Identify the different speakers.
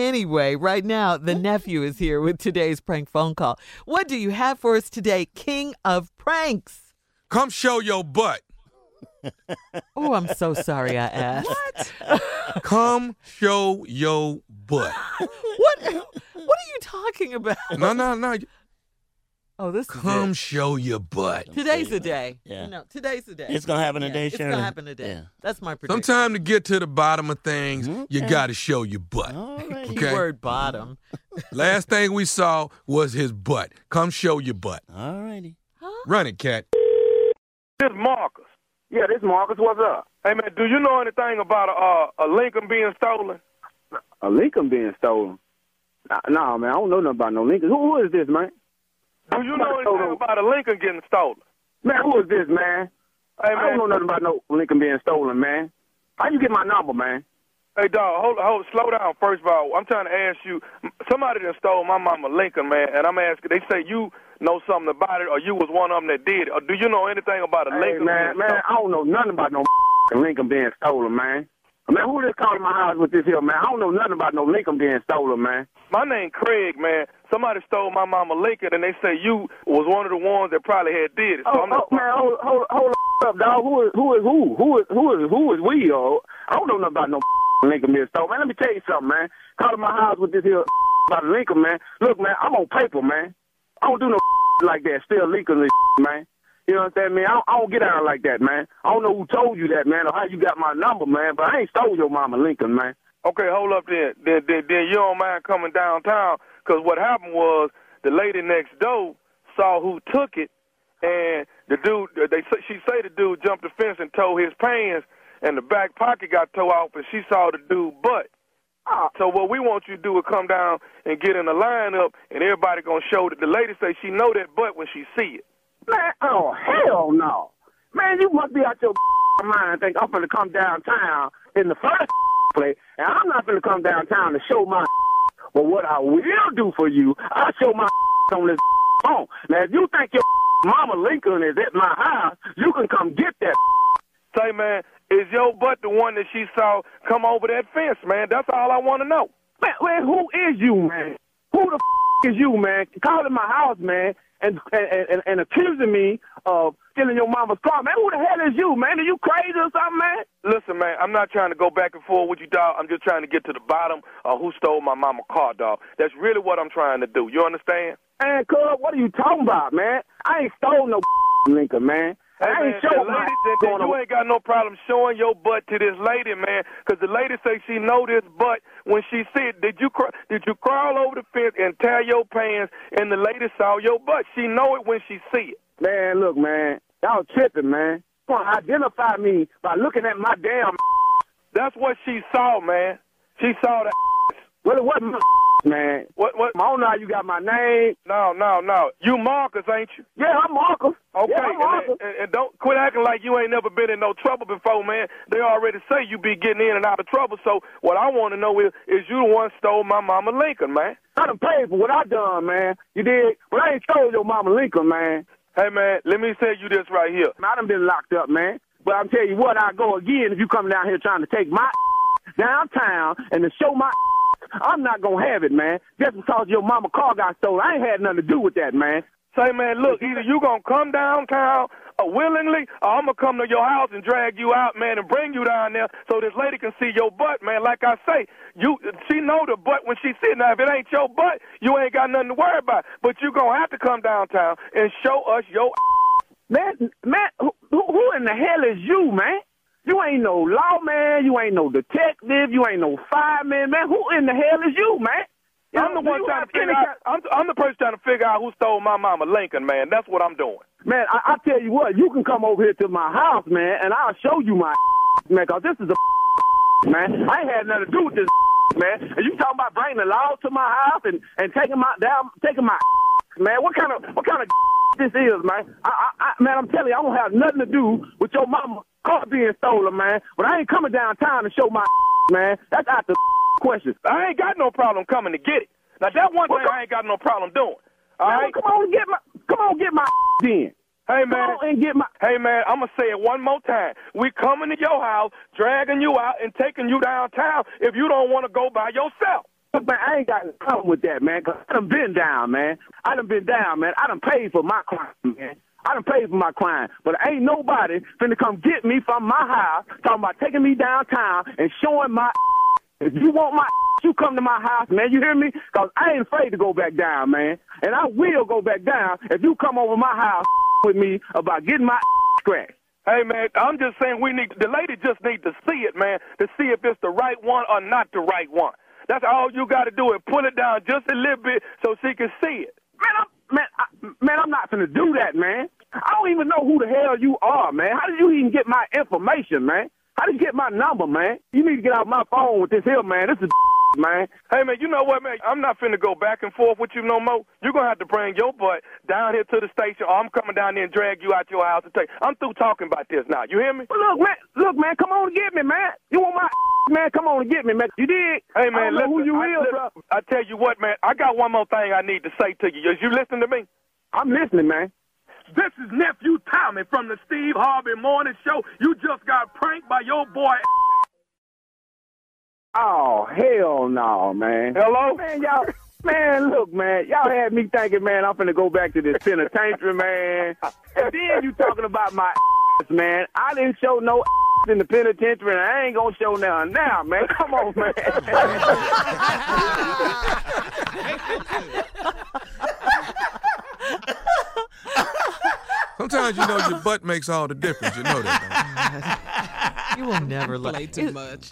Speaker 1: Anyway, right now, the nephew is here with today's prank phone call. What do you have for us today, King of Pranks?
Speaker 2: Come show your butt.
Speaker 1: Oh, I'm so sorry I asked. What?
Speaker 2: Come show your butt.
Speaker 1: What? What are you talking about?
Speaker 2: No, no, no.
Speaker 1: Oh, this is
Speaker 2: Come
Speaker 1: it.
Speaker 2: show your butt.
Speaker 1: Today's the day.
Speaker 3: Yeah.
Speaker 1: No, today's the day.
Speaker 3: It's gonna happen
Speaker 1: Yeah,
Speaker 3: today,
Speaker 1: It's
Speaker 3: Sharon.
Speaker 1: gonna happen today. That's my prediction.
Speaker 2: Sometimes to get to the bottom of things, you
Speaker 3: Okay.
Speaker 2: got to show your butt.
Speaker 3: Yeah. All right.
Speaker 2: Okay.
Speaker 1: Keyword bottom.
Speaker 2: Last thing we saw was his butt. Come show your butt.
Speaker 3: All righty.
Speaker 2: Run it, cat.
Speaker 4: This Marcus. Yeah, this Marcus. What's up? Hey man, do you know anything about a uh, a Lincoln being stolen?
Speaker 5: A Lincoln being stolen? Nah, nah, man, I don't know nothing about no Lincoln. Who, who is this, man?
Speaker 4: Do you know anything about a Lincoln getting stolen?
Speaker 5: Man, who is this, man?
Speaker 4: Hey
Speaker 5: I don't know
Speaker 4: man,
Speaker 5: nothing about no Lincoln being stolen, man. How you get my number, man?
Speaker 4: hey dog, hold hold slow down. First of all, I'm trying to ask you. Somebody done stole my mama Lincoln, man, and I'm asking. They say you know something about it, or you was one of them that did it. Or do you know anything about a
Speaker 5: Hey,
Speaker 4: Lincoln?
Speaker 5: man,
Speaker 4: being
Speaker 5: man, I don't know nothing about no Lincoln being stolen, man. Man, who this calling my house with this here, man? I don't know nothing about no Lincoln being stolen, man.
Speaker 4: My name Craig, man. Somebody stole my mama Lincoln, and they say you was one of the ones that probably had did it. So
Speaker 5: Oh,
Speaker 4: I'm
Speaker 5: oh
Speaker 4: not
Speaker 5: man, hold, hold, hold up, dog. Who is who is who? Who is who is who is we? Oh, I don't know nothing about no Lincoln being stolen, man. Let me tell you something, man. Calling my house with this here about Lincoln, man. Look, man, I'm on paper, man. I don't do no like that. Still Lincoln, man. You know what I'm saying, man? I don't, I don't get out like that, man. I don't know who told you that, man, or how you got my number, man. But I ain't stole your mama Lincoln, man.
Speaker 4: Okay, hold up then. Then, then, then you don't mind coming downtown because what happened was the lady next door saw who took it, and the dude they say- she say the dude jumped the fence and tore his pants, and the back pocket got tore off, and she saw the dude butt.
Speaker 5: Ah,
Speaker 4: So what we want you to do is come down and get in the lineup, and everybody gonna show that the lady say she know that butt when she see it.
Speaker 5: Man, oh hell no. Man, you must be out your mind and think I'm finna come downtown in the first place, and I'm not finna come downtown to show my But what I will do for you, I'll show my on this phone. Now, if you think your mama Lincoln is at my house, you can come get that.
Speaker 4: Say, man, is your butt the one that she saw come over that fence, man? That's all I want to know.
Speaker 5: Man, man, who is you, man? Who the f- is you, man? Calling my house, man, and and, and and accusing me of stealing your mama's car, man. Who the hell is you, man? Are you crazy or something, man?
Speaker 4: Listen, man, I'm not trying to go back and forth with you, dog. I'm just trying to get to the bottom of who stole my mama car, dog. That's really what I'm trying to do. You understand?
Speaker 5: Man, cuz, what are you talking about, man? I ain't stole no Lincoln, man. I
Speaker 4: Hey,
Speaker 5: ain't
Speaker 4: man,
Speaker 5: showing
Speaker 4: the
Speaker 5: my
Speaker 4: lady said that
Speaker 5: going
Speaker 4: you
Speaker 5: away.
Speaker 4: ain't got no problem showing your butt to this lady, man, 'cause the lady say she know this butt when she see it. Did you cr- did you crawl over the fence and tear your pants? And the lady saw your butt. She know it when she see it.
Speaker 5: Man, look, man. Y'all tripping, man. You gonna identify me by looking at my damn
Speaker 4: That's what she saw, man. She saw that.
Speaker 5: Well, it wasn't my man.
Speaker 4: What? What?
Speaker 5: I don't know how you got my name.
Speaker 4: No, no, no. You Marcus, ain't you?
Speaker 5: Yeah, I'm Marcus.
Speaker 4: Okay,
Speaker 5: Yeah, I'm Marcus.
Speaker 4: and, and, and don't quit acting like you ain't never been in no trouble before, man. They already say you be getting in and out of trouble. So what I want to know is, is you the one stole my mama Lincoln, man?
Speaker 5: I done paid for what I done, man. You did? But I ain't stole your mama Lincoln, man.
Speaker 4: Hey, man, let me tell you this right here.
Speaker 5: I done been locked up, man. But I'm telling you what, I go again if you come down here trying to take my downtown and to show my. I'm not gonna have it, man. Just because your mama car got stolen, I ain't had nothing to do with that, man.
Speaker 4: Say, man, look, either you gonna come downtown uh, willingly, or I'm gonna come to your house and drag you out, man, and bring you down there so this lady can see your butt, man. Like I say, you she know the butt when she see it. Now, if it ain't your butt, you ain't got nothing to worry about. But you gonna have to come downtown and show us your.
Speaker 5: Man, man, who, who in the hell is you, man? You ain't no lawman. You ain't no detective. You ain't no fireman, man. Who in the hell is you, man? You
Speaker 4: I'm
Speaker 5: know,
Speaker 4: the
Speaker 5: do
Speaker 4: one
Speaker 5: you
Speaker 4: trying
Speaker 5: have
Speaker 4: to
Speaker 5: any
Speaker 4: figure out. I'm, I'm the person trying to figure out who stole my mama Lincoln, man. That's what I'm doing.
Speaker 5: Man, I, I tell you what, you can come over here to my house, man, and I'll show you my man, 'cause this is a man. I ain't had nothing to do with this man. And you talking about bringing the law to my house and and taking my down, taking my man? What kind of what kind of this is, man? I, I, I man, I'm telling you, I don't have nothing to do with your mama car being stolen, man. But I ain't coming downtown to show my man. That's out the question.
Speaker 4: I ain't got no problem coming to get it. Now that one
Speaker 5: Well,
Speaker 4: thing
Speaker 5: come-
Speaker 4: I ain't got no problem doing. All
Speaker 5: Man,
Speaker 4: right.
Speaker 5: come on and get my, come on, get my then.
Speaker 4: Hey
Speaker 5: Come
Speaker 4: man.
Speaker 5: on and get my.
Speaker 4: Hey man, I'm gonna say it one more time. We coming to your house, dragging you out and taking you downtown if you don't want to go by yourself.
Speaker 5: Look, man, I ain't got a problem with that, man. 'cause I done been down, man. I done been down, man. I done paid for my crime, man. I done paid for my crime. But ain't nobody finna come get me from my house talking about taking me downtown and showing my If you want my you come to my house, man. You hear me? Because I ain't afraid to go back down, man. And I will go back down if you come over my house with me about getting my scratched.
Speaker 4: Hey man, I'm just saying we need the lady just need to see it, man, to see if it's the right one or not the right one. That's all you got to do is pull it down just a little bit so she can see it.
Speaker 5: Man, I'm, man, I, man, I'm not finna do that, man. I don't even know who the hell you are, man. How did you even get my information, man? How did you get my number, man? You need to get out my phone with this here, man. This is man.
Speaker 4: Hey man, you know what man? I'm not finna go back and forth with you no more. You're gonna have to bring your butt down here to the station, or I'm coming down there and drag you out your house and take. I'm through talking about this now. You hear me?
Speaker 5: But look, man, look, man, come on and get me, man. You want my man? Come on and get me, man. You did?
Speaker 4: Hey man,
Speaker 5: I don't know who
Speaker 4: listen,
Speaker 5: you
Speaker 4: I,
Speaker 5: is, bro.
Speaker 4: listen, I tell you what, man. I got one more thing I need to say to you. Is you listen to me?
Speaker 5: I'm listening, man.
Speaker 4: This is nephew Tommy from the Steve Harvey Morning Show. You just got pranked by your boy.
Speaker 5: Oh hell no, man.
Speaker 4: Hello.
Speaker 5: Man, y'all, man, look, man, y'all had me thinking, man, I'm finna go back to this penitentiary, man. And then you talking about my ass, man. I didn't show no ass in the penitentiary, and I ain't gonna show none now, man. Come on, man.
Speaker 2: Sometimes you know your butt makes all the difference. You know that. Don't you?
Speaker 1: You will never let
Speaker 3: Play too much.